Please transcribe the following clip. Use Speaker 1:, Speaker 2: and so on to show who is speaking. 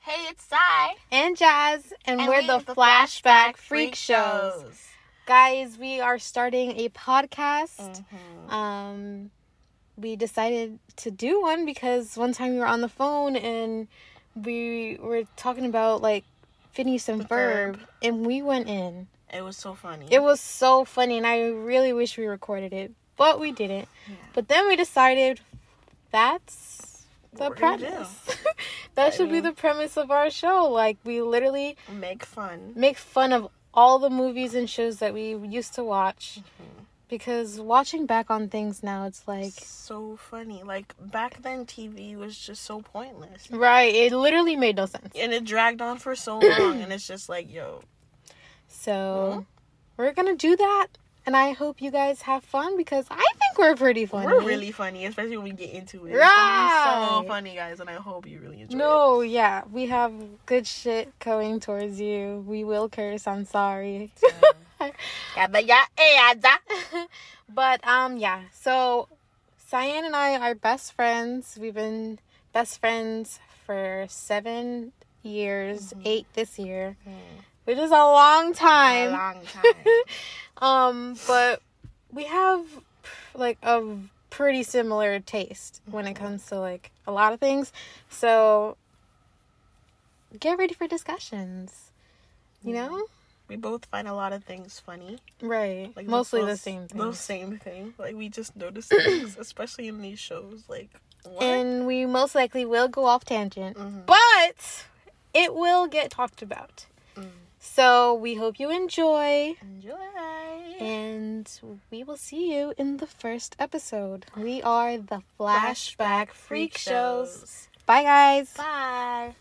Speaker 1: Hey, it's Sai.
Speaker 2: and Jazz, and, we're the, Flashback Freak Shows. Guys, we are starting a podcast. Um, we decided to do one because one time we were on the phone and we were talking about like Phineas and Ferb,
Speaker 1: Ferb.
Speaker 2: and we went in.
Speaker 1: It was so funny.
Speaker 2: It was so funny, and I really wish we recorded it, but we didn't. But then we decided that's the
Speaker 1: What we're gonna do.
Speaker 2: premise. that should be the premise of our show. Like, we literally
Speaker 1: Make fun.
Speaker 2: make fun of all the movies and shows that we used to watch
Speaker 1: Mm-hmm.
Speaker 2: because watching back on things now it's like
Speaker 1: So funny. Like back then, TV was just so pointless,
Speaker 2: right it literally made no sense
Speaker 1: and it dragged on for so long. And it's just like, yo,
Speaker 2: so we're gonna do that and i hope you guys have fun because i think we're pretty funny
Speaker 1: we're really funny, especially when we get into it. It's gonna be
Speaker 2: Right.
Speaker 1: so funny, guys, and I hope you really enjoy it.
Speaker 2: no yeah we have good shit going towards you we will curse i'm sorry
Speaker 1: Yeah, but yeah, eh, I da-
Speaker 2: But um yeah, so Cyan and I are best friends. We've been best friends for seven years,
Speaker 1: Mm-hmm.
Speaker 2: eight this year, which is a long
Speaker 1: Mm. A
Speaker 2: time.
Speaker 1: long time.
Speaker 2: Um, but we have like a pretty similar taste when it comes to like a lot of things. So get ready for discussions. You know?
Speaker 1: we both find a lot of things funny.
Speaker 2: Right.
Speaker 1: Mm-hmm. Like
Speaker 2: Mostly the
Speaker 1: those-
Speaker 2: same thing.
Speaker 1: Those same thing. Like we just notice things, especially in these shows. Like what? Mm-hmm.
Speaker 2: and we most likely will go off tangent, but it will get talked about.
Speaker 1: Mm.
Speaker 2: So we hope you enjoy,
Speaker 1: Enjoy.
Speaker 2: and we will see you in the first episode. We are the Flashback Freak Shows. Bye, guys.
Speaker 1: Bye.